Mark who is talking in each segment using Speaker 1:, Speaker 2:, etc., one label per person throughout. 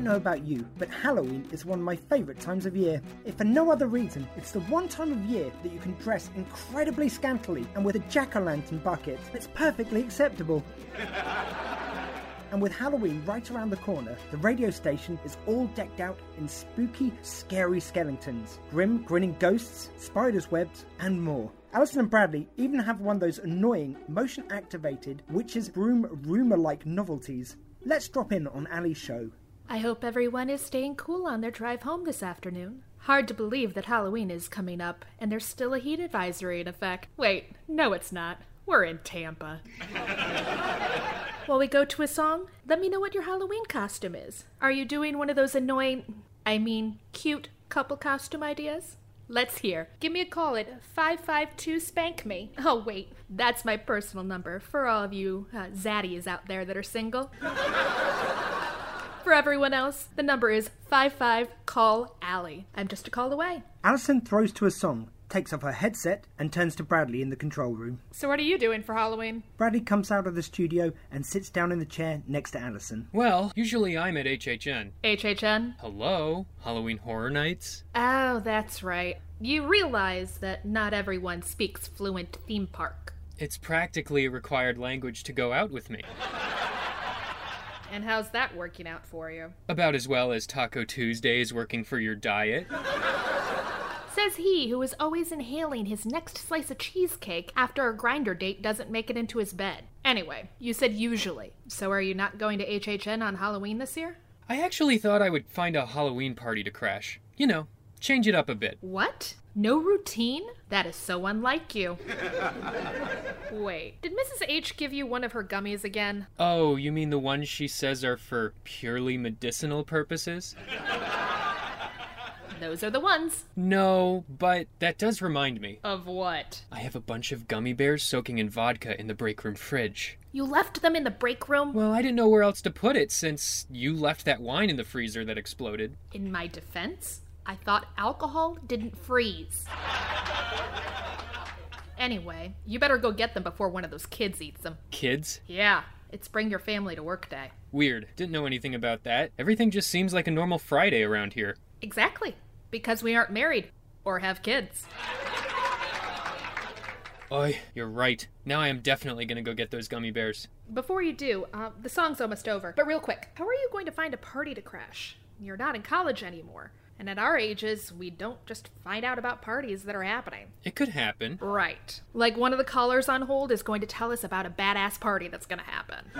Speaker 1: know about you, but Halloween is one of my favourite times of year. If for no other reason, it's the one time of year that you can dress incredibly scantily and with a jack o' lantern bucket. It's perfectly acceptable. And with Halloween right around the corner, the radio station is all decked out in spooky, scary skeletons, grim, grinning ghosts, spiders' webs, and more. Alison and Bradley even have one of those annoying, motion activated, witch's broom rumour like novelties. Let's drop in on Ali's show.
Speaker 2: I hope everyone is staying cool on their drive home this afternoon. Hard to believe that Halloween is coming up, and there's still a heat advisory in effect. Wait, no, it's not. We're in Tampa. While we go to a song, let me know what your Halloween costume is. Are you doing one of those annoying, I mean, cute couple costume ideas? Let's hear. Give me a call at 552 Spank Me. Oh, wait, that's my personal number for all of you uh, zaddies out there that are single. for everyone else, the number is 55 Call Alley. I'm just a call away.
Speaker 1: Alison throws to a song, takes off her headset, and turns to Bradley in the control room.
Speaker 2: So, what are you doing for Halloween?
Speaker 1: Bradley comes out of the studio and sits down in the chair next to Alison.
Speaker 3: Well, usually I'm at HHN.
Speaker 2: HHN?
Speaker 3: Hello? Halloween Horror Nights?
Speaker 2: Oh, that's right. You realize that not everyone speaks fluent theme park.
Speaker 3: It's practically a required language to go out with me.
Speaker 2: And how's that working out for you?
Speaker 3: About as well as Taco Tuesday is working for your diet.
Speaker 2: Says he who is always inhaling his next slice of cheesecake after a grinder date doesn't make it into his bed. Anyway, you said usually. So are you not going to HHN on Halloween this year?
Speaker 3: I actually thought I would find a Halloween party to crash. You know, change it up a bit.
Speaker 2: What? No routine? That is so unlike you. Wait, did Mrs. H give you one of her gummies again?
Speaker 3: Oh, you mean the ones she says are for purely medicinal purposes?
Speaker 2: Those are the ones.
Speaker 3: No, but that does remind me.
Speaker 2: Of what?
Speaker 3: I have a bunch of gummy bears soaking in vodka in the break room fridge.
Speaker 2: You left them in the break room?
Speaker 3: Well, I didn't know where else to put it since you left that wine in the freezer that exploded.
Speaker 2: In my defense, I thought alcohol didn't freeze. Anyway, you better go get them before one of those kids eats them.
Speaker 3: Kids?
Speaker 2: Yeah, it's bring your family to work day.
Speaker 3: Weird. Didn't know anything about that. Everything just seems like a normal Friday around here.
Speaker 2: Exactly, because we aren't married or have kids.
Speaker 3: Oi, you're right. Now I am definitely gonna go get those gummy bears.
Speaker 2: Before you do, uh, the song's almost over, but real quick, how are you going to find a party to crash? You're not in college anymore. And at our ages, we don't just find out about parties that are happening.
Speaker 3: It could happen.
Speaker 2: Right. Like one of the callers on hold is going to tell us about a badass party that's going to happen.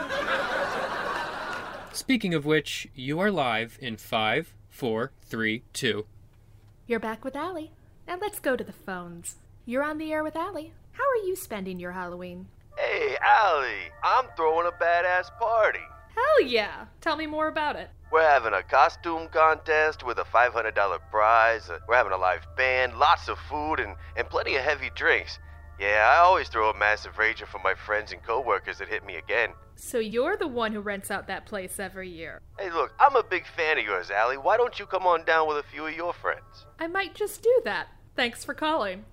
Speaker 3: Speaking of which, you are live in five, four, three, two.
Speaker 2: You're back with Allie. Now let's go to the phones. You're on the air with Allie. How are you spending your Halloween?
Speaker 4: Hey, Allie, I'm throwing a badass party.
Speaker 2: Hell yeah! Tell me more about it.
Speaker 4: We're having a costume contest with a $500 prize. Uh, We're having a live band, lots of food, and, and plenty of heavy drinks. Yeah, I always throw a massive rager for my friends and coworkers that hit me again.
Speaker 2: So you're the one who rents out that place every year.
Speaker 4: Hey, look, I'm a big fan of yours, Allie. Why don't you come on down with a few of your friends?
Speaker 2: I might just do that. Thanks for calling.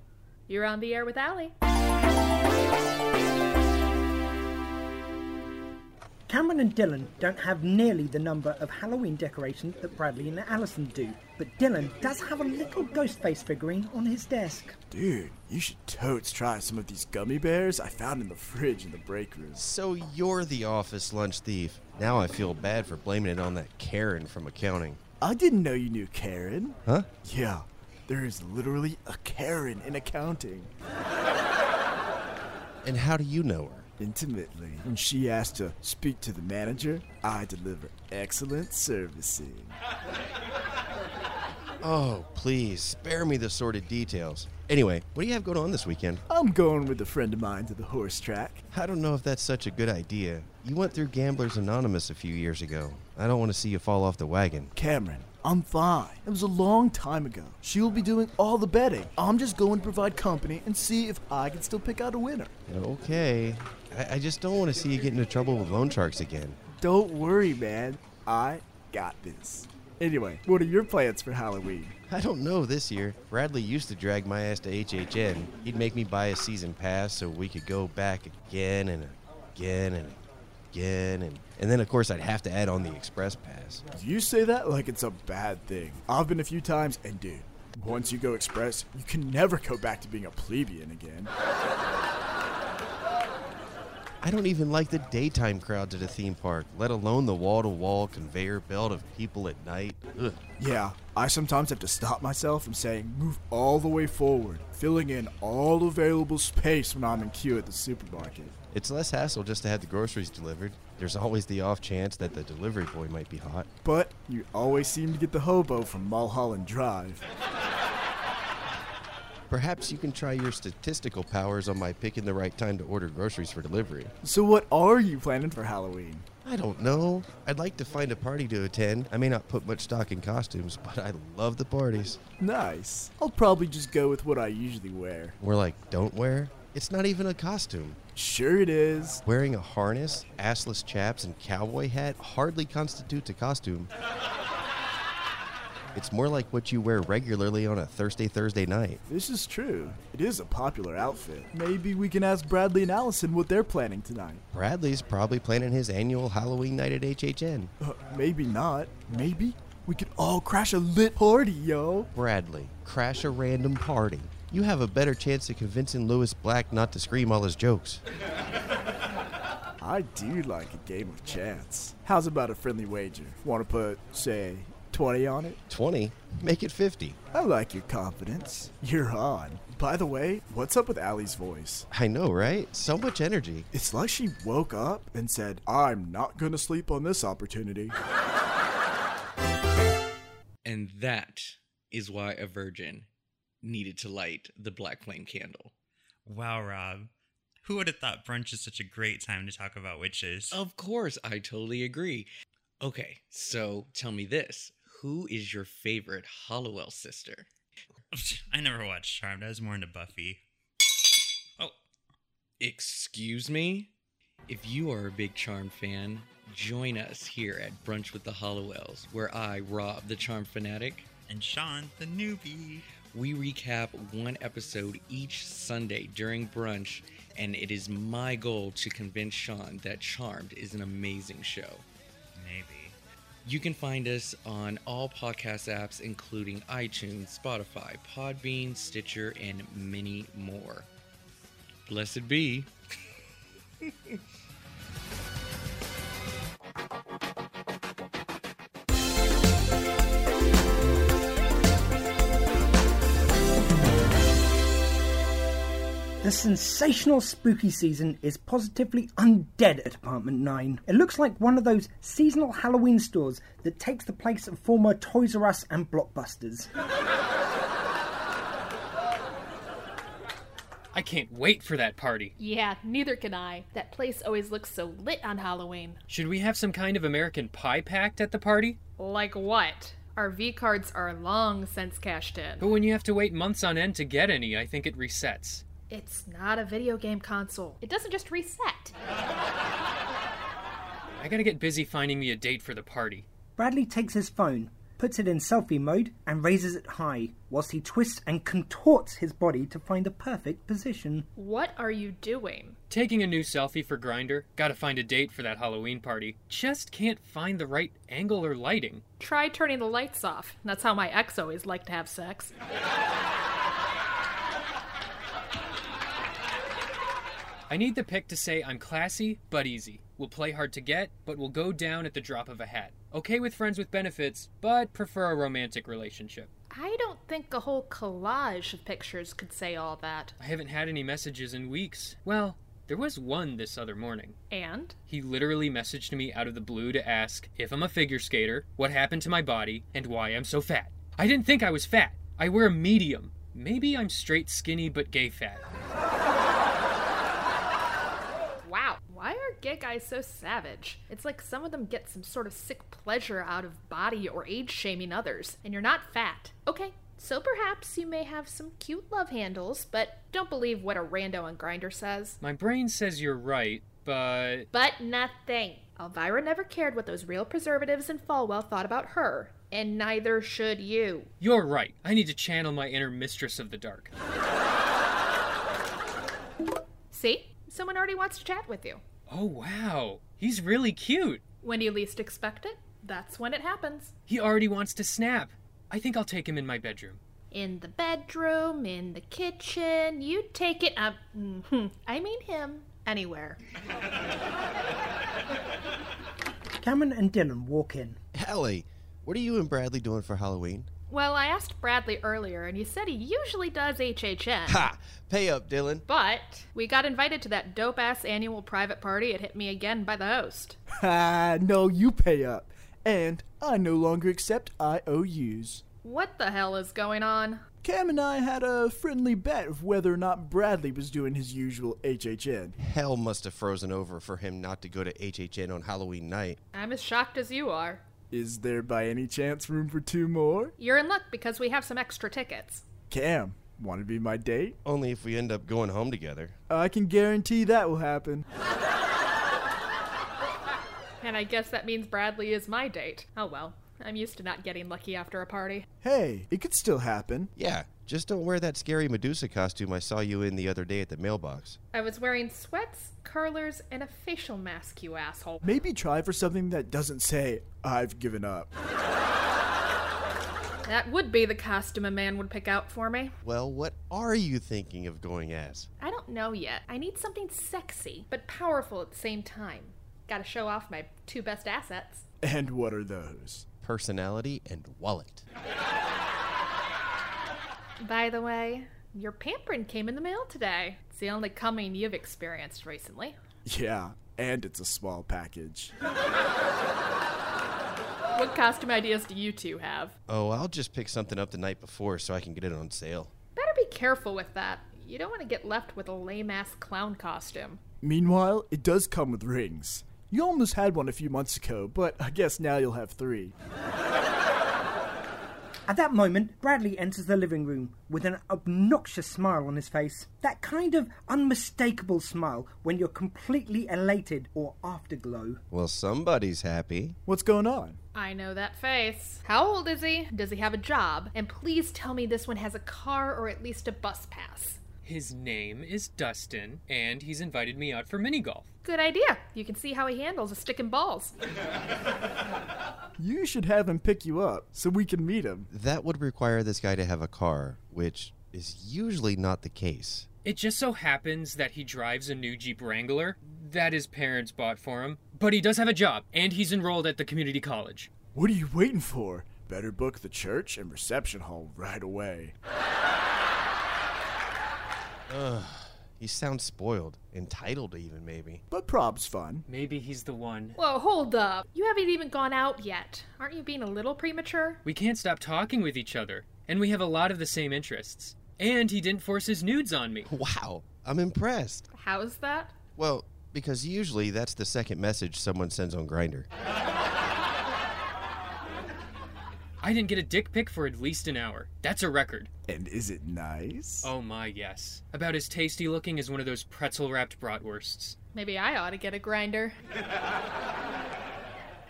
Speaker 2: You're on the air with Allie.
Speaker 1: Cameron and Dylan don't have nearly the number of Halloween decorations that Bradley and Alison do, but Dylan does have a little ghost face figurine on his desk.
Speaker 5: Dude, you should totes try some of these gummy bears I found in the fridge in the break room.
Speaker 6: So you're the office lunch thief. Now I feel bad for blaming it on that Karen from accounting.
Speaker 5: I didn't know you knew Karen.
Speaker 6: Huh?
Speaker 5: Yeah, there is literally a Karen in accounting.
Speaker 6: And how do you know her?
Speaker 5: Intimately. When she asked to speak to the manager, I deliver excellent servicing.
Speaker 6: Oh, please, spare me the sordid details. Anyway, what do you have going on this weekend?
Speaker 5: I'm going with a friend of mine to the horse track.
Speaker 6: I don't know if that's such a good idea. You went through Gamblers Anonymous a few years ago. I don't want to see you fall off the wagon.
Speaker 5: Cameron, I'm fine. It was a long time ago. She will be doing all the betting. I'm just going to provide company and see if I can still pick out a winner.
Speaker 6: Okay. I, I just don't want to see you get into trouble with loan sharks again.
Speaker 5: Don't worry, man. I got this. Anyway, what are your plans for Halloween?
Speaker 6: I don't know this year. Bradley used to drag my ass to HHN. He'd make me buy a season pass so we could go back again and again and again, and, and then, of course, I'd have to add on the express pass.
Speaker 5: You say that like it's a bad thing. I've been a few times, and dude, once you go express, you can never go back to being a plebeian again.
Speaker 6: I don't even like the daytime crowds at a theme park, let alone the wall to wall conveyor belt of people at night. Ugh.
Speaker 5: Yeah, I sometimes have to stop myself from saying move all the way forward, filling in all available space when I'm in queue at the supermarket.
Speaker 6: It's less hassle just to have the groceries delivered. There's always the off chance that the delivery boy might be hot.
Speaker 5: But you always seem to get the hobo from Mulholland Drive.
Speaker 6: Perhaps you can try your statistical powers on my picking the right time to order groceries for delivery.
Speaker 5: So, what are you planning for Halloween?
Speaker 6: I don't know. I'd like to find a party to attend. I may not put much stock in costumes, but I love the parties.
Speaker 5: Nice. I'll probably just go with what I usually wear.
Speaker 6: We're like, don't wear? It's not even a costume.
Speaker 5: Sure, it is.
Speaker 6: Wearing a harness, assless chaps, and cowboy hat hardly constitutes a costume. It's more like what you wear regularly on a Thursday, Thursday night.
Speaker 5: This is true. It is a popular outfit. Maybe we can ask Bradley and Allison what they're planning tonight.
Speaker 6: Bradley's probably planning his annual Halloween night at HHN.
Speaker 5: Uh, maybe not. Maybe we could all crash a lit party, yo.
Speaker 6: Bradley, crash a random party. You have a better chance of convincing Lewis Black not to scream all his jokes.
Speaker 5: I do like a game of chance. How's about a friendly wager? Want to put, say, 20 on it?
Speaker 6: 20, make it 50.
Speaker 5: I like your confidence. You're on. By the way, what's up with Allie's voice?
Speaker 6: I know, right? So much energy.
Speaker 5: It's like she woke up and said, I'm not gonna sleep on this opportunity.
Speaker 7: And that is why a virgin needed to light the black flame candle.
Speaker 8: Wow, Rob. Who would have thought brunch is such a great time to talk about witches?
Speaker 7: Of course, I totally agree. Okay, so tell me this who is your favorite Hollowell sister?
Speaker 8: I never watched Charmed. I was more into Buffy. Oh,
Speaker 7: Excuse me? If you are a big Charm fan, join us here at Brunch with the Hollowells, where I, Rob, the Charm Fanatic,
Speaker 8: and Sean, the newbie.
Speaker 7: we recap one episode each Sunday during brunch, and it is my goal to convince Sean that Charmed is an amazing show.
Speaker 8: Maybe.
Speaker 7: You can find us on all podcast apps, including iTunes, Spotify, Podbean, Stitcher, and many more. Blessed be.
Speaker 1: The sensational spooky season is positively undead at Apartment 9. It looks like one of those seasonal Halloween stores that takes the place of former Toys R Us and Blockbusters.
Speaker 3: I can't wait for that party.
Speaker 2: Yeah, neither can I. That place always looks so lit on Halloween.
Speaker 3: Should we have some kind of American pie pact at the party?
Speaker 2: Like what? Our V cards are long since cashed
Speaker 3: But
Speaker 2: in.
Speaker 3: when you have to wait months on end to get any, I think it resets.
Speaker 2: It's not a video game console. It doesn't just reset.
Speaker 3: I gotta get busy finding me a date for the party.
Speaker 1: Bradley takes his phone, puts it in selfie mode, and raises it high, whilst he twists and contorts his body to find the perfect position.
Speaker 2: What are you doing?
Speaker 3: Taking a new selfie for Grinder. Gotta find a date for that Halloween party. Just can't find the right angle or lighting.
Speaker 2: Try turning the lights off. That's how my ex always liked to have sex.
Speaker 3: I need the pick to say I'm classy but easy. We'll play hard to get, but we'll go down at the drop of a hat. Okay with friends with benefits, but prefer a romantic relationship.
Speaker 2: I don't think a whole collage of pictures could say all that.
Speaker 3: I haven't had any messages in weeks. Well, there was one this other morning.
Speaker 2: And?
Speaker 3: He literally messaged me out of the blue to ask if I'm a figure skater, what happened to my body, and why I'm so fat. I didn't think I was fat. I wear a medium. Maybe I'm straight skinny but gay fat.
Speaker 2: Wow. Why are gay guys so savage? It's like some of them get some sort of sick pleasure out of body or age shaming others, and you're not fat. Okay, so perhaps you may have some cute love handles, but don't believe what a rando on Grinder says.
Speaker 3: My brain says you're right, but
Speaker 2: But nothing. Elvira never cared what those real preservatives in Falwell thought about her, and neither should you.
Speaker 3: you're right. I need to channel my inner mistress of the dark.
Speaker 2: See? Someone already wants to chat with you.
Speaker 3: Oh, wow. He's really cute.
Speaker 2: When you least expect it, that's when it happens.
Speaker 3: He already wants to snap. I think I'll take him in my bedroom.
Speaker 2: In the bedroom, in the kitchen, you take it up. mhm, I mean him. Anywhere.
Speaker 1: Cameron and Dylan walk in.
Speaker 6: Hallie, eh? what are you and Bradley doing for Halloween?
Speaker 2: Well, I asked Bradley earlier, and he said he usually does HHN.
Speaker 6: Ha! Pay up, Dylan.
Speaker 2: But we got invited to that dope ass annual private party. It hit me again by the host.
Speaker 5: Ha! No, you pay up. And I no longer accept IOUs.
Speaker 2: What the hell is going on?
Speaker 5: Cam and I had a friendly bet of whether or not Bradley was doing his usual HHN.
Speaker 6: Hell must have frozen over for him not to go to HHN on Halloween night.
Speaker 2: I'm as shocked as you are.
Speaker 5: Is there by any chance room for two more?
Speaker 2: You're in luck because we have some extra tickets.
Speaker 5: Cam, want to be my date?
Speaker 6: Only if we end up going home together.
Speaker 5: I can guarantee that will happen.
Speaker 2: And I guess that means Bradley is my date. Oh well, I'm used to not getting lucky after a party.
Speaker 5: Hey, it could still happen.
Speaker 6: Yeah, just don't wear that scary Medusa costume I saw you in the other day at the mailbox.
Speaker 2: I was wearing sweats, curlers, and a facial mask, you asshole.
Speaker 5: Maybe try for something that doesn't say, I've given up.
Speaker 2: That would be the costume a man would pick out for me.
Speaker 6: Well, what are you thinking of going as?
Speaker 2: I don't know yet. I need something sexy, but powerful at the same time. Gotta show off my two best assets.
Speaker 5: And what are those?
Speaker 6: Personality and wallet.
Speaker 2: By the way, your pampering came in the mail today. It's the only coming you've experienced recently.
Speaker 5: Yeah, and it's a small package.
Speaker 2: What costume ideas do you two have?
Speaker 6: Oh, I'll just pick something up the night before so I can get it on sale.
Speaker 2: Better be careful with that. You don't want to get left with a lame ass clown costume.
Speaker 5: Meanwhile, it does come with rings. You almost had one a few months ago, but I guess now you'll have three.
Speaker 1: At that moment, Bradley enters the living room with an obnoxious smile on his face. That kind of unmistakable smile when you're completely elated or afterglow.
Speaker 6: Well, somebody's happy.
Speaker 5: What's going on?
Speaker 2: I know that face. How old is he? Does he have a job? And please tell me this one has a car or at least a bus pass.
Speaker 3: His name is Dustin, and he's invited me out for mini golf.
Speaker 2: Good idea. You can see how he handles a stick and balls.
Speaker 5: You should have him pick you up so we can meet him.
Speaker 6: That would require this guy to have a car, which is usually not the case.
Speaker 3: It just so happens that he drives a new Jeep Wrangler that his parents bought for him, but he does have a job, and he's enrolled at the community college.
Speaker 5: What are you waiting for? Better book the church and reception hall right away.
Speaker 6: He sounds spoiled, entitled even maybe.
Speaker 5: But prob's fun.
Speaker 3: Maybe he's the one.
Speaker 2: Whoa, hold up. You haven't even gone out yet. Aren't you being a little premature?
Speaker 3: We can't stop talking with each other, and we have a lot of the same interests. And he didn't force his nudes on me.
Speaker 6: Wow, I'm impressed.
Speaker 2: How's that?
Speaker 6: Well, because usually that's the second message someone sends on Grinder.
Speaker 3: I didn't get a dick pic for at least an hour. That's a record.
Speaker 5: And is it nice?
Speaker 3: Oh my, yes. About as tasty looking as one of those pretzel wrapped bratwursts.
Speaker 2: Maybe I ought to get a grinder.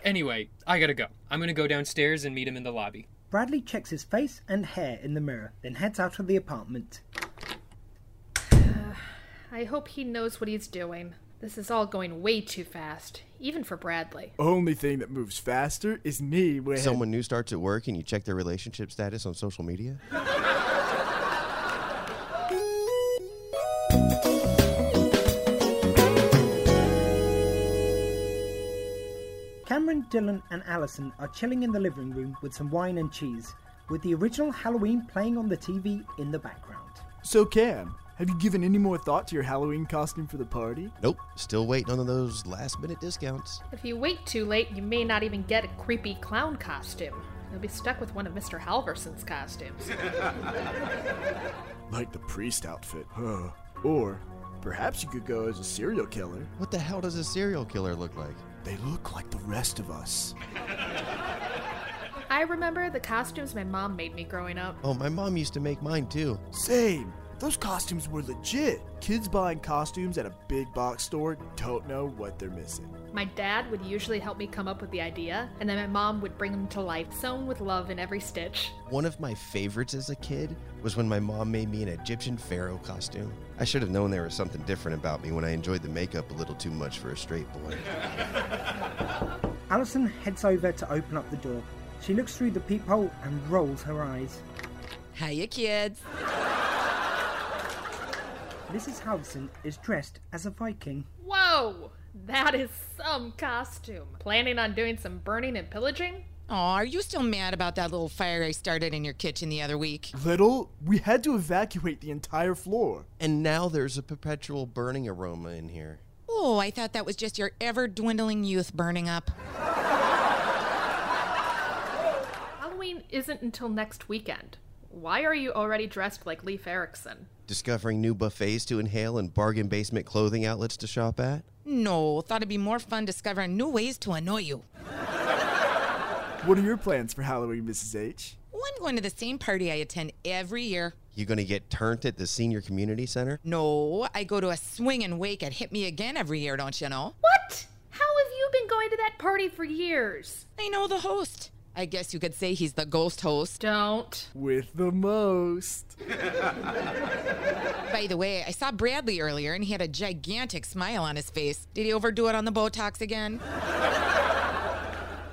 Speaker 3: Anyway, I gotta go. I'm gonna go downstairs and meet him in the lobby.
Speaker 1: Bradley checks his face and hair in the mirror, then heads out of the apartment.
Speaker 2: I hope he knows what he's doing. This is all going way too fast, even for Bradley.
Speaker 5: Only thing that moves faster is me when
Speaker 6: Someone new starts at work and you check their relationship status on social media?
Speaker 1: Cameron, Dylan, and Allison are chilling in the living room with some wine and cheese, with the original Halloween playing on the TV in the background.
Speaker 5: So Cam, have you given any more thought to your Halloween costume for the party?
Speaker 6: Nope, still waiting on those last minute discounts.
Speaker 2: If you wait too late, you may not even get a creepy clown costume. You'll be stuck with one of Mr. Halverson's costumes.
Speaker 5: Like the priest outfit. Huh. Or perhaps you could go as a serial killer.
Speaker 6: What the hell does a serial killer look like?
Speaker 5: They look like the rest of us.
Speaker 2: I remember the costumes my mom made me growing up.
Speaker 6: Oh, my mom used to make mine too.
Speaker 5: Same. Those costumes were legit. Kids buying costumes at a big box store don't know what they're missing.
Speaker 2: My dad would usually help me come up with the idea, and then my mom would bring them to life, sewn with love in every stitch.
Speaker 6: One of my favorites as a kid was when my mom made me an Egyptian pharaoh costume. I should have known there was something different about me when I enjoyed the makeup a little too much for a straight boy.
Speaker 1: Allison heads over to open up the door. She looks through the peephole and rolls her eyes.
Speaker 9: Hiya, kids.
Speaker 1: Mrs. Howson is dressed as a Viking.
Speaker 2: Whoa! That is some costume. Planning on doing some burning and pillaging?
Speaker 9: Aw, are you still mad about that little fire I started in your kitchen the other week?
Speaker 5: Little, we had to evacuate the entire floor.
Speaker 6: And now there's a perpetual burning aroma in here.
Speaker 9: Oh, I thought that was just your ever dwindling youth burning up.
Speaker 2: Halloween isn't until next weekend. Why are you already dressed like Leif Erikson?
Speaker 6: Discovering new buffets to inhale and bargain basement clothing outlets to shop at?
Speaker 9: No, thought it'd be more fun discovering new ways to annoy you.
Speaker 5: What are your plans for Halloween, Mrs. H?
Speaker 9: Oh, I'm going to the same party I attend every year.
Speaker 6: You gonna get turned at the senior community center?
Speaker 9: No, I go to a swing and wake at Hit Me Again every year, don't you know?
Speaker 2: What? How have you been going to that party for years?
Speaker 9: I know the host. I guess you could say he's the ghost host.
Speaker 2: Don't.
Speaker 5: With the most.
Speaker 9: By the way, I saw Bradley earlier and he had a gigantic smile on his face. Did he overdo it on the Botox again?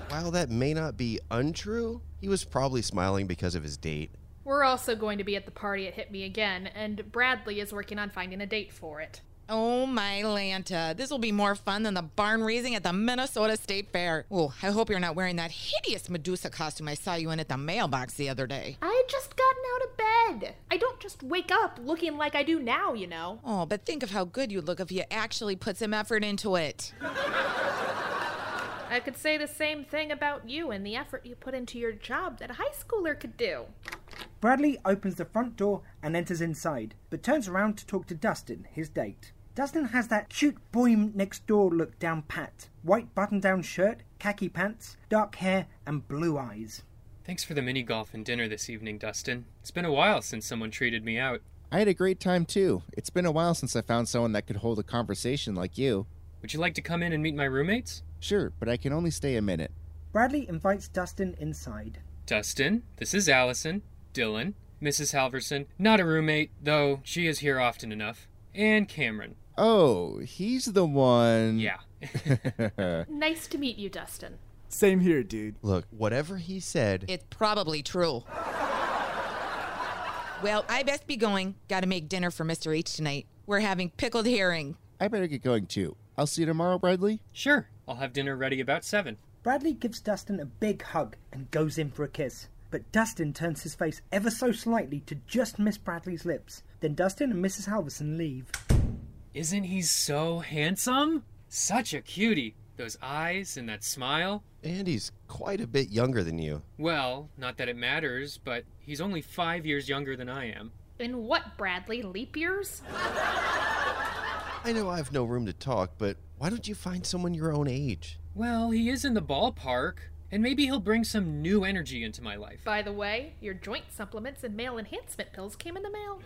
Speaker 6: While that may not be untrue, he was probably smiling because of his date.
Speaker 2: We're also going to be at the party at Hit Me Again, and Bradley is working on finding a date for it.
Speaker 9: Oh my Lanta, this will be more fun than the barn raising at the Minnesota State Fair. Oh, I hope you're not wearing that hideous Medusa costume I saw you in at the mailbox the other day.
Speaker 2: I had just gotten out of bed. I don't just wake up looking like I do now, you know.
Speaker 9: Oh, but think of how good you'd look if you actually put some effort into it.
Speaker 2: I could say the same thing about you and the effort you put into your job that a high schooler could do.
Speaker 1: Bradley opens the front door and enters inside, but turns around to talk to Dustin, his date. Dustin has that cute boy next door look down pat. White button down shirt, khaki pants, dark hair, and blue eyes.
Speaker 3: Thanks for the mini golf and dinner this evening, Dustin. It's been a while since someone treated me out.
Speaker 10: I had a great time too. It's been a while since I found someone that could hold a conversation like you.
Speaker 3: Would you like to come in and meet my roommates?
Speaker 10: Sure, but I can only stay a minute.
Speaker 1: Bradley invites Dustin inside.
Speaker 3: Dustin, this is Allison, Dylan, Mrs. Halverson, not a roommate, though she is here often enough, and Cameron.
Speaker 10: Oh, he's the one.
Speaker 3: Yeah.
Speaker 2: Nice to meet you, Dustin.
Speaker 5: Same here, dude.
Speaker 6: Look, whatever he said,
Speaker 9: It's probably true. Well, I best be going. Gotta make dinner for Mr. H tonight. We're having pickled herring.
Speaker 10: I better get going too. I'll see you tomorrow, Bradley.
Speaker 3: Sure, I'll have dinner ready about seven.
Speaker 1: Bradley gives Dustin a big hug and goes in for a kiss. But Dustin turns his face ever so slightly to just miss Bradley's lips. Then Dustin and Mrs. Halverson leave.
Speaker 3: Isn't he so handsome? Such a cutie. Those eyes and that smile.
Speaker 6: and he's quite a bit younger than you.
Speaker 3: Well, not that it matters, but he's only five years younger than I am.
Speaker 2: In what, Bradley? Leap years?
Speaker 6: I know I have no room to talk, but why don't you find someone your own age?
Speaker 3: Well, he is in the ballpark, and maybe he'll bring some new energy into my life.
Speaker 2: By the way, your joint supplements and male enhancement pills came in the mail.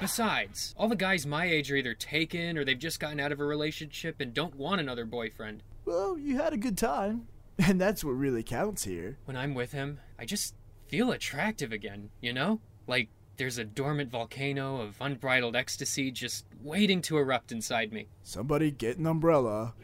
Speaker 3: Besides, all the guys my age are either taken or they've just gotten out of a relationship and don't want another boyfriend.
Speaker 5: Well, you had a good time. And that's what really counts here.
Speaker 3: When I'm with him, I just feel attractive again, you know? Like there's a dormant volcano of unbridled ecstasy just waiting to erupt inside me.
Speaker 5: Somebody get an umbrella.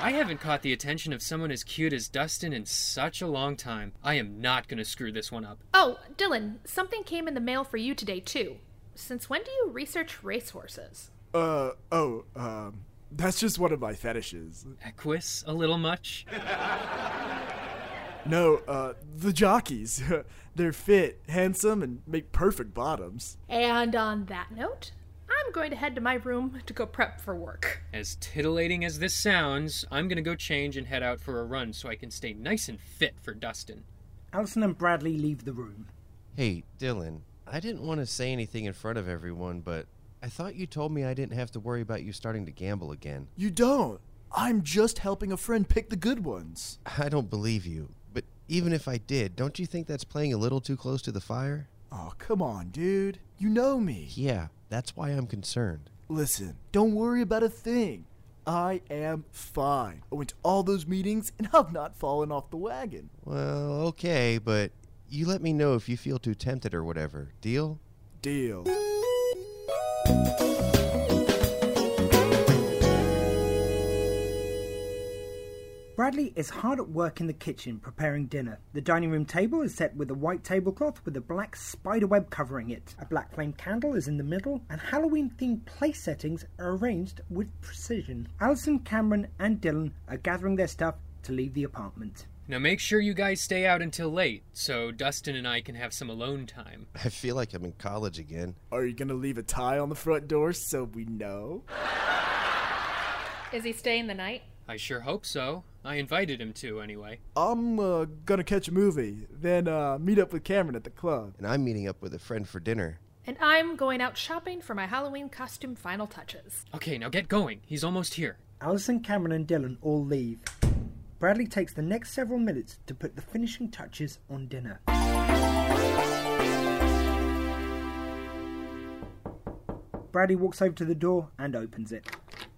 Speaker 3: I haven't caught the attention of someone as cute as Dustin in such a long time. I am not gonna screw this one up.
Speaker 2: Oh, Dylan, something came in the mail for you today, too. Since when do you research racehorses?
Speaker 5: Uh, oh, um, that's just one of my fetishes.
Speaker 3: Equus, a little much?
Speaker 5: No, uh, the jockeys. They're fit, handsome, and make perfect bottoms.
Speaker 2: And on that note, I'm going to head to my room to go prep for work.
Speaker 3: As titillating as this sounds, I'm gonna go change and head out for a run so I can stay nice and fit for Dustin.
Speaker 1: Allison and Bradley leave the room.
Speaker 6: Hey, Dylan, I didn't want to say anything in front of everyone, but I thought you told me I didn't have to worry about you starting to gamble again.
Speaker 5: You don't. I'm just helping a friend pick the good ones.
Speaker 6: I don't believe you, but even if I did, don't you think that's playing a little too close to the fire?
Speaker 5: Oh, come on, dude. You know me.
Speaker 6: Yeah, that's why I'm concerned.
Speaker 5: Listen, don't worry about a thing. I am fine. I went to all those meetings and I've not fallen off the wagon.
Speaker 6: Well, okay, but you let me know if you feel too tempted or whatever. Deal?
Speaker 5: deal.
Speaker 1: Bradley is hard at work in the kitchen preparing dinner. The dining room table is set with a white tablecloth with a black spiderweb covering it. A black flame candle is in the middle, and Halloween themed place settings are arranged with precision. Allison, Cameron, and Dylan are gathering their stuff to leave the apartment.
Speaker 3: Now make sure you guys stay out until late so Dustin and I can have some alone time.
Speaker 6: I feel like I'm in college again.
Speaker 5: Are you gonna leave a tie on the front door so we know?
Speaker 2: Is he staying the night?
Speaker 3: I sure hope so. I invited him to anyway.
Speaker 5: I'm uh, gonna catch a movie, then uh, meet up with Cameron at the club.
Speaker 6: And I'm meeting up with a friend for dinner.
Speaker 2: And I'm going out shopping for my Halloween costume final touches.
Speaker 3: Okay, now get going. He's almost here.
Speaker 1: Allison, Cameron, and Dylan all leave. Bradley takes the next several minutes to put the finishing touches on dinner. Bradley walks over to the door and opens it.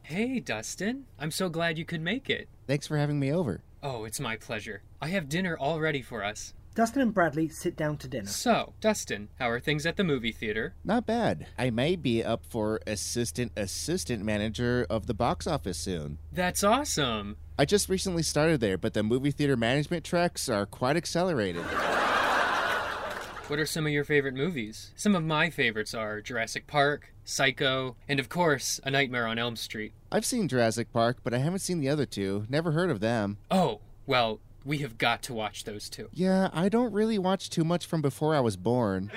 Speaker 3: Hey, Dustin. I'm so glad you could make it.
Speaker 10: Thanks for having me over.
Speaker 3: Oh, it's my pleasure. I have dinner all ready for us.
Speaker 1: Dustin and Bradley sit down to dinner.
Speaker 3: So, Dustin, how are things at the movie theater?
Speaker 10: Not bad. I may be up for assistant assistant manager of the box office soon.
Speaker 3: That's awesome.
Speaker 10: I just recently started there, but the movie theater management tracks are quite accelerated.
Speaker 3: What are some of your favorite movies? Some of my favorites are Jurassic Park, Psycho, and of course, A Nightmare on Elm Street.
Speaker 10: I've seen Jurassic Park, but I haven't seen the other two. Never heard of them.
Speaker 3: Oh, well, we have got to watch those two.
Speaker 10: Yeah, I don't really watch too much from before I was born.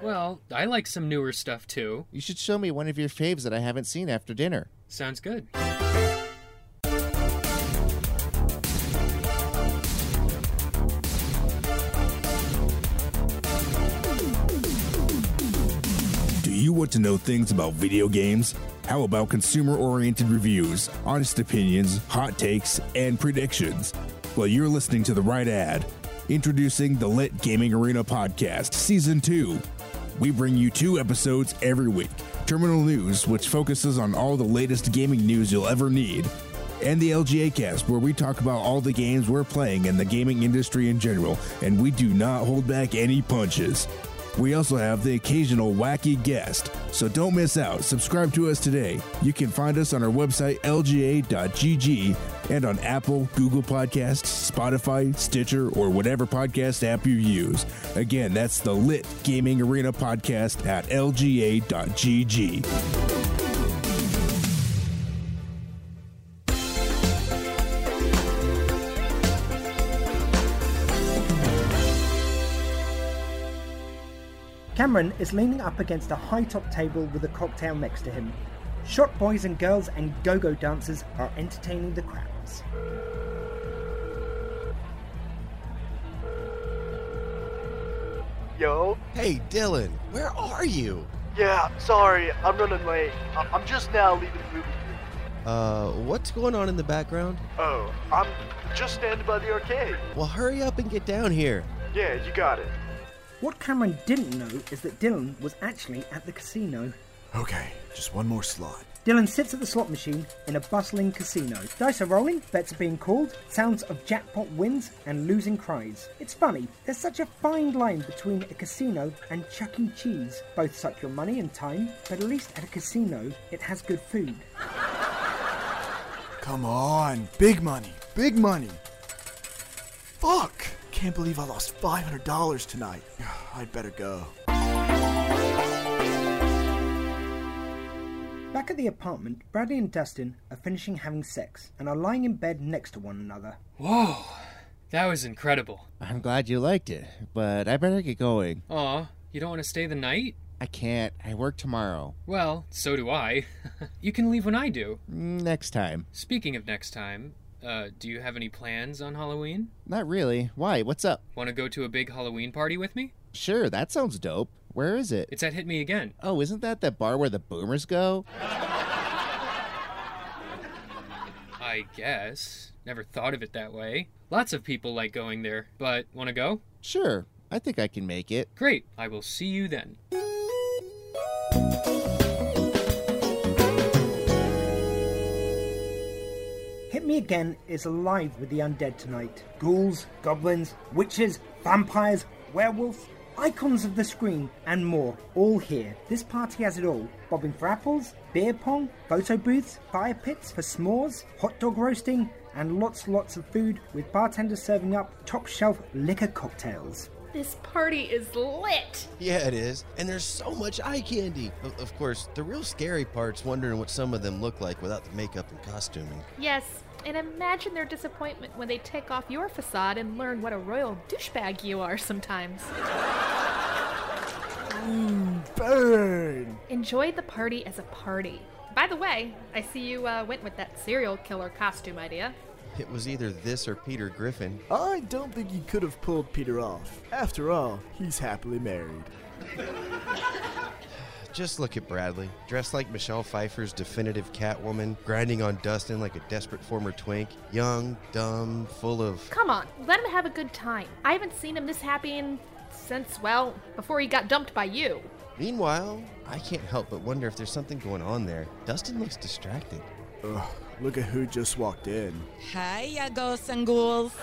Speaker 3: Well, I like some newer stuff too.
Speaker 10: You should show me one of your faves that I haven't seen after dinner.
Speaker 3: Sounds good.
Speaker 11: Do you want to know things about video games? How about consumer oriented reviews, honest opinions, hot takes, and predictions? Well, you're listening to the right ad. Introducing the Lit Gaming Arena Podcast, Season 2. We bring you two episodes every week Terminal News, which focuses on all the latest gaming news you'll ever need, and the LGA Cast, where we talk about all the games we're playing and the gaming industry in general, and we do not hold back any punches. We also have the occasional wacky guest, so don't miss out. Subscribe to us today. You can find us on our website, lga.gg, and on Apple, Google Podcasts, Spotify, Stitcher, or whatever podcast app you use. Again, that's the Lit Gaming Arena podcast at lga.gg.
Speaker 1: Cameron is leaning up against a high top table with a cocktail next to him. Shot boys and girls and go go dancers are entertaining the crowds.
Speaker 12: Yo.
Speaker 6: Hey, Dylan, where are you?
Speaker 12: Yeah, sorry, I'm running late. I- I'm just now leaving the movie theater.
Speaker 6: Uh, what's going on in the background?
Speaker 12: Oh, I'm just standing by the arcade.
Speaker 6: Well, hurry up and get down here.
Speaker 12: Yeah, you got it.
Speaker 1: What Cameron didn't know is that Dylan was actually at the casino.
Speaker 5: Okay, just one more slot.
Speaker 1: Dylan sits at the slot machine in a bustling casino. Dice are rolling, bets are being called, sounds of jackpot wins and losing cries. It's funny, there's such a fine line between a casino and Chuck E. Cheese. Both suck your money and time, but at least at a casino, it has good food.
Speaker 5: Come on, big money, big money. Fuck! Can't believe I lost $500 tonight. I'd better go.
Speaker 1: Back at the apartment, Bradley and Dustin are finishing having sex and are lying in bed next to one another.
Speaker 3: Whoa, that was incredible.
Speaker 10: I'm glad you liked it, but I better get going.
Speaker 3: Aw, you don't want to stay the night?
Speaker 10: I can't. I work tomorrow.
Speaker 3: Well, so do I. you can leave when I do.
Speaker 10: Next time.
Speaker 3: Speaking of next time, uh, do you have any plans on Halloween?
Speaker 10: Not really. Why? What's up?
Speaker 3: Want to go to a big Halloween party with me?
Speaker 10: Sure, that sounds dope. Where is it?
Speaker 3: It's at Hit Me Again.
Speaker 10: Oh, isn't that that bar where the boomers go?
Speaker 3: I guess. Never thought of it that way. Lots of people like going there, but want to go?
Speaker 10: Sure, I think I can make it.
Speaker 3: Great, I will see you then.
Speaker 1: Hit Me Again is alive with the undead tonight. Ghouls, goblins, witches, vampires, werewolves, icons of the screen, and more, all here. This party has it all bobbing for apples, beer pong, photo booths, fire pits for s'mores, hot dog roasting, and lots lots of food with bartenders serving up top shelf liquor cocktails.
Speaker 2: This party is lit.
Speaker 6: Yeah, it is. And there's so much eye candy. Of, of course, the real scary part's wondering what some of them look like without the makeup and costuming.
Speaker 2: Yes, and imagine their disappointment when they take off your facade and learn what a royal douchebag you are sometimes.
Speaker 5: Mm, Burn!
Speaker 2: Enjoy the party as a party. By the way, I see you uh, went with that serial killer costume idea.
Speaker 6: It was either this or Peter Griffin.
Speaker 5: I don't think he could have pulled Peter off. After all, he's happily married.
Speaker 6: Just look at Bradley, dressed like Michelle Pfeiffer's definitive Catwoman, grinding on Dustin like a desperate former twink, young, dumb, full of.
Speaker 2: Come on, let him have a good time. I haven't seen him this happy in since, well, before he got dumped by you.
Speaker 6: Meanwhile, I can't help but wonder if there's something going on there. Dustin looks distracted.
Speaker 5: Ugh, look at who just walked in.
Speaker 9: Hiya, ghosts and ghouls.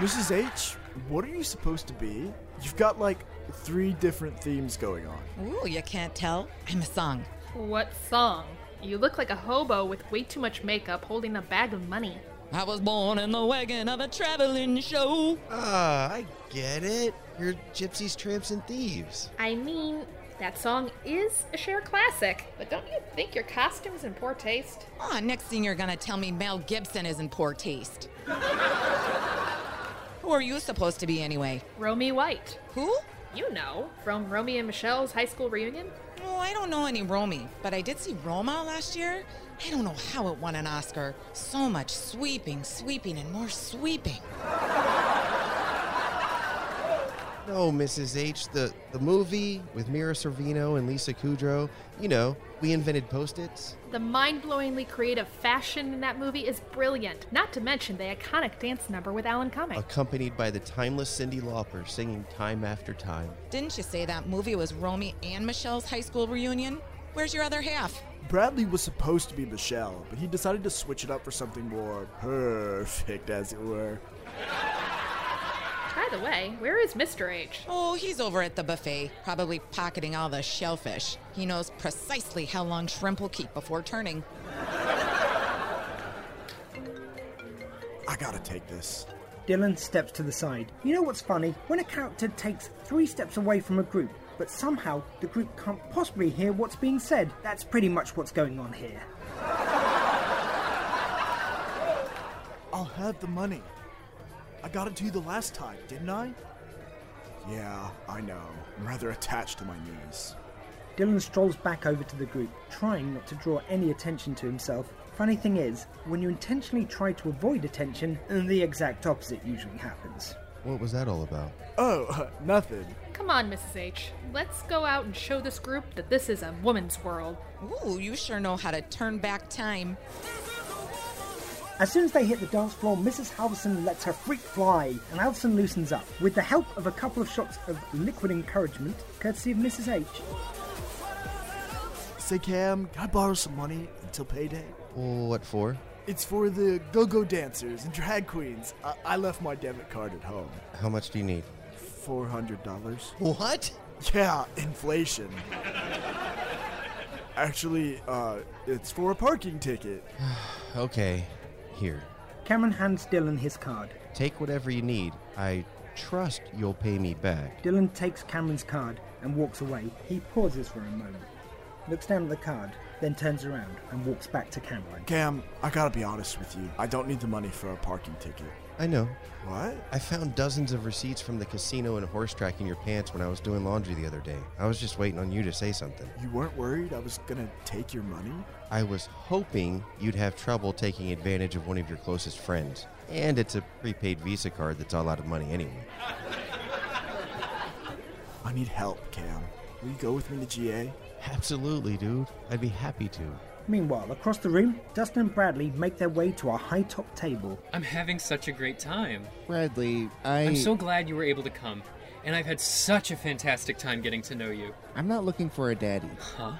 Speaker 5: Mrs. H, what are you supposed to be? You've got like three different themes going on.
Speaker 9: Ooh, you can't tell? I'm a song.
Speaker 2: What song? You look like a hobo with way too much makeup holding a bag of money.
Speaker 9: I was born in the wagon of a traveling show.
Speaker 6: Ah, I get it. You're gypsies, tramps, and thieves.
Speaker 2: I mean, that song is a Cher classic, but don't you think your costume's in poor taste?
Speaker 9: Oh, next thing you're gonna tell me Mel Gibson is in poor taste. Who are you supposed to be anyway?
Speaker 2: Romy White.
Speaker 9: Who?
Speaker 2: You know, from Romy and Michelle's high school reunion?
Speaker 9: Oh, I don't know any Romy, but I did see Roma last year. I don't know how it won an Oscar. So much sweeping, sweeping, and more sweeping.
Speaker 6: No, Mrs. H, the, the movie with Mira Sorvino and Lisa Kudrow, you know, we invented post its.
Speaker 2: The mind blowingly creative fashion in that movie is brilliant, not to mention the iconic dance number with Alan
Speaker 9: Uh,
Speaker 2: Cumming.
Speaker 6: Accompanied by the timeless Cindy Lauper singing Time After Time.
Speaker 9: Didn't you say that movie was Romy and Michelle's high school reunion? Where's your other half?
Speaker 5: Bradley was supposed to be Michelle, but he decided to switch it up for something more perfect, as it were.
Speaker 2: By the way, where is Mr. H?
Speaker 9: Oh, he's over at the buffet, probably pocketing all the shellfish. He knows precisely how long shrimp will keep before turning.
Speaker 5: I gotta take this.
Speaker 1: Dylan steps to the side. You know what's funny? When a character takes three steps away from a group, but somehow the group can't possibly hear what's being said, that's pretty much what's going on here.
Speaker 5: I'll have the money. I got it to you the last time, didn't I? Yeah, I know. I'm rather attached to my knees.
Speaker 1: Dylan strolls back over to the group, trying not to draw any attention to himself. Funny thing is, when you intentionally try to avoid attention, the exact opposite usually happens.
Speaker 6: What was that all about?
Speaker 5: Oh, nothing.
Speaker 2: Come on, Mrs. H. Let's go out and show this group that this is a woman's world.
Speaker 9: Ooh, you sure know how to turn back time.
Speaker 1: As soon as they hit the dance floor, Mrs. Halverson lets her freak fly, and Halverson loosens up. With the help of a couple of shots of liquid encouragement, courtesy of Mrs. H.
Speaker 5: Say, Cam, can I borrow some money until payday?
Speaker 6: What for?
Speaker 5: It's for the go go dancers and drag queens. I-, I left my debit card at home.
Speaker 6: How much do you need?
Speaker 5: $400.
Speaker 6: What?
Speaker 5: Yeah, inflation. Actually, uh, it's for a parking ticket.
Speaker 6: Okay, here.
Speaker 1: Cameron hands Dylan his card.
Speaker 6: Take whatever you need. I trust you'll pay me back.
Speaker 1: Dylan takes Cameron's card and walks away. He pauses for a moment, looks down at the card, then turns around and walks back to Cameron.
Speaker 5: Cam, I gotta be honest with you. I don't need the money for a parking ticket.
Speaker 6: I know.
Speaker 5: What?
Speaker 6: I found dozens of receipts from the casino and horse track in your pants when I was doing laundry the other day. I was just waiting on you to say something.
Speaker 5: You weren't worried I was gonna take your money?
Speaker 6: I was hoping you'd have trouble taking advantage of one of your closest friends. And it's a prepaid Visa card that's all out of money anyway.
Speaker 5: I need help, Cam. Will you go with me to GA?
Speaker 6: Absolutely, dude. I'd be happy to.
Speaker 1: Meanwhile, across the room, Dustin and Bradley make their way to a high top table.
Speaker 3: I'm having such a great time.
Speaker 10: Bradley, I.
Speaker 3: I'm so glad you were able to come, and I've had such a fantastic time getting to know you.
Speaker 10: I'm not looking for a daddy.
Speaker 3: Huh?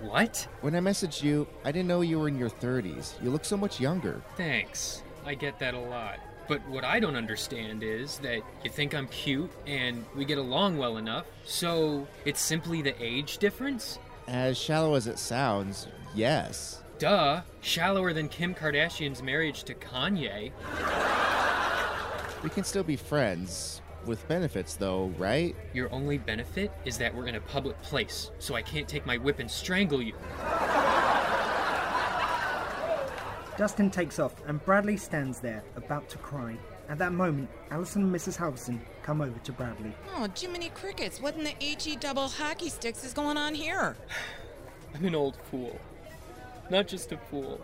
Speaker 3: What?
Speaker 10: When I messaged you, I didn't know you were in your 30s. You look so much younger.
Speaker 3: Thanks. I get that a lot. But what I don't understand is that you think I'm cute and we get along well enough, so it's simply the age difference?
Speaker 10: As shallow as it sounds, yes.
Speaker 3: Duh, shallower than Kim Kardashian's marriage to Kanye.
Speaker 10: We can still be friends. With benefits, though, right?
Speaker 3: Your only benefit is that we're in a public place, so I can't take my whip and strangle you.
Speaker 1: Dustin takes off, and Bradley stands there, about to cry. At that moment, Allison and Mrs. Halverson come over to Bradley.
Speaker 9: Oh, Jiminy Crickets, what in the HE double hockey sticks is going on here?
Speaker 3: I'm an old fool. Not just a fool,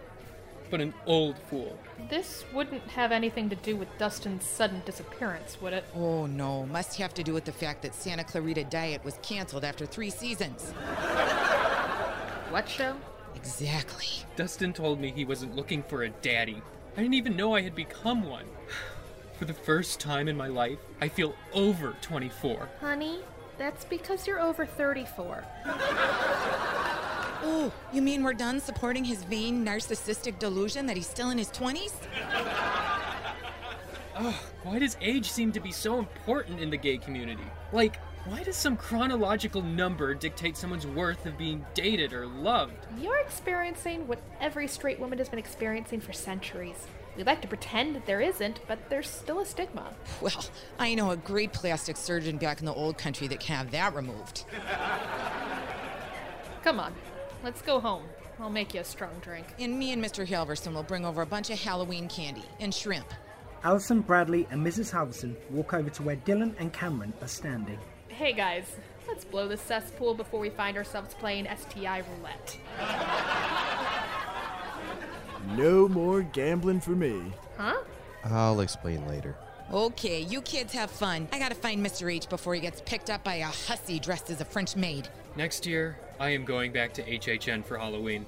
Speaker 3: but an old fool.
Speaker 2: This wouldn't have anything to do with Dustin's sudden disappearance, would it?
Speaker 9: Oh no, must have to do with the fact that Santa Clarita Diet was canceled after three seasons.
Speaker 2: What show?
Speaker 9: Exactly.
Speaker 3: Dustin told me he wasn't looking for a daddy. I didn't even know I had become one. For the first time in my life, I feel over 24.
Speaker 2: Honey, that's because you're over 34.
Speaker 9: Oh, you mean we're done supporting his vain narcissistic delusion that he's still in his 20s?
Speaker 3: Ugh, why does age seem to be so important in the gay community? Like, why does some chronological number dictate someone's worth of being dated or loved?
Speaker 2: You're experiencing what every straight woman has been experiencing for centuries. We like to pretend that there isn't, but there's still a stigma.
Speaker 9: Well, I know a great plastic surgeon back in the old country that can have that removed.
Speaker 2: Come on, let's go home. I'll make you a strong drink.
Speaker 9: And me and Mr. Halverson will bring over a bunch of Halloween candy and shrimp.
Speaker 1: Allison, Bradley, and Mrs. Halverson walk over to where Dylan and Cameron are standing.
Speaker 2: Hey guys, let's blow this cesspool before we find ourselves playing STI roulette.
Speaker 5: No more gambling for me.
Speaker 2: Huh?
Speaker 6: I'll explain later.
Speaker 9: Okay, you kids have fun. I gotta find Mr. H before he gets picked up by a hussy dressed as a French maid.
Speaker 3: Next year, I am going back to HHN for Halloween.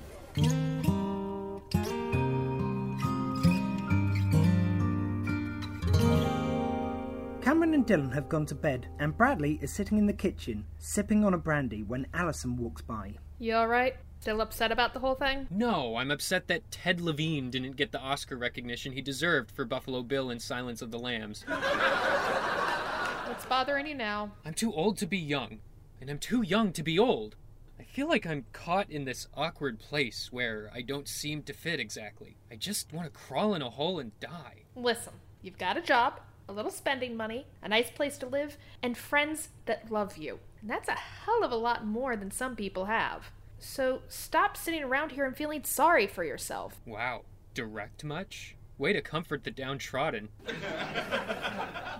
Speaker 1: Cameron and Dylan have gone to bed, and Bradley is sitting in the kitchen, sipping on a brandy when Allison walks by.
Speaker 2: You alright? Still upset about the whole thing?
Speaker 3: No, I'm upset that Ted Levine didn't get the Oscar recognition he deserved for Buffalo Bill and Silence of the Lambs.
Speaker 2: What's bothering you now?
Speaker 3: I'm too old to be young, and I'm too young to be old. I feel like I'm caught in this awkward place where I don't seem to fit exactly. I just want to crawl in a hole and die.
Speaker 2: Listen, you've got a job, a little spending money, a nice place to live, and friends that love you. And that's a hell of a lot more than some people have. So stop sitting around here and feeling sorry for yourself.
Speaker 3: Wow, direct much? Way to comfort the downtrodden.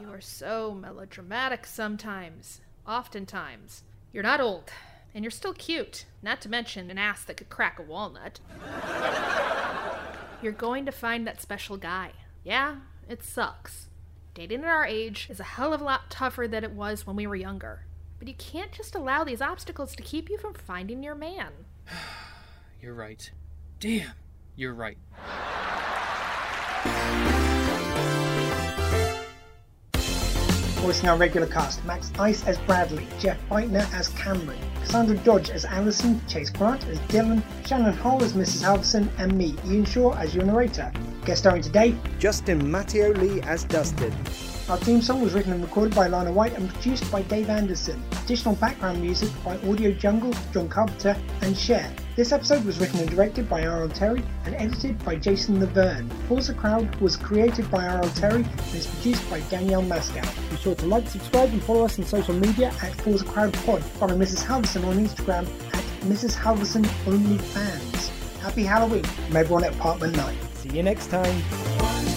Speaker 2: You are so melodramatic sometimes, oftentimes. You're not old, and you're still cute, not to mention an ass that could crack a walnut. you're going to find that special guy. Yeah, it sucks. Dating at our age is a hell of a lot tougher than it was when we were younger. But you can't just allow these obstacles to keep you from finding your man.
Speaker 3: You're right. Damn, you're right.
Speaker 1: Voicing our regular cast, Max Ice as Bradley, Jeff Beitner as Cameron, Cassandra Dodge as Allison, Chase Grant as Dylan, Shannon Hall as Mrs. Halverson, and me, Ian Shaw, as your narrator. Guest starring today, Justin Matteo Lee as Dustin. Our theme song was written and recorded by Lana White and produced by Dave Anderson. Additional background music by Audio Jungle, John Carpenter, and Cher. This episode was written and directed by R.L. Terry and edited by Jason Laverne. Pause the Crowd was created by R.L. Terry and is produced by Danielle Mascow. Be sure to like, subscribe, and follow us on social media at Pause the Crowd Pod. Follow Mrs. Halverson on Instagram at Mrs. Halverson Only Fans. Happy Halloween from everyone at Apartment 9. See you next time.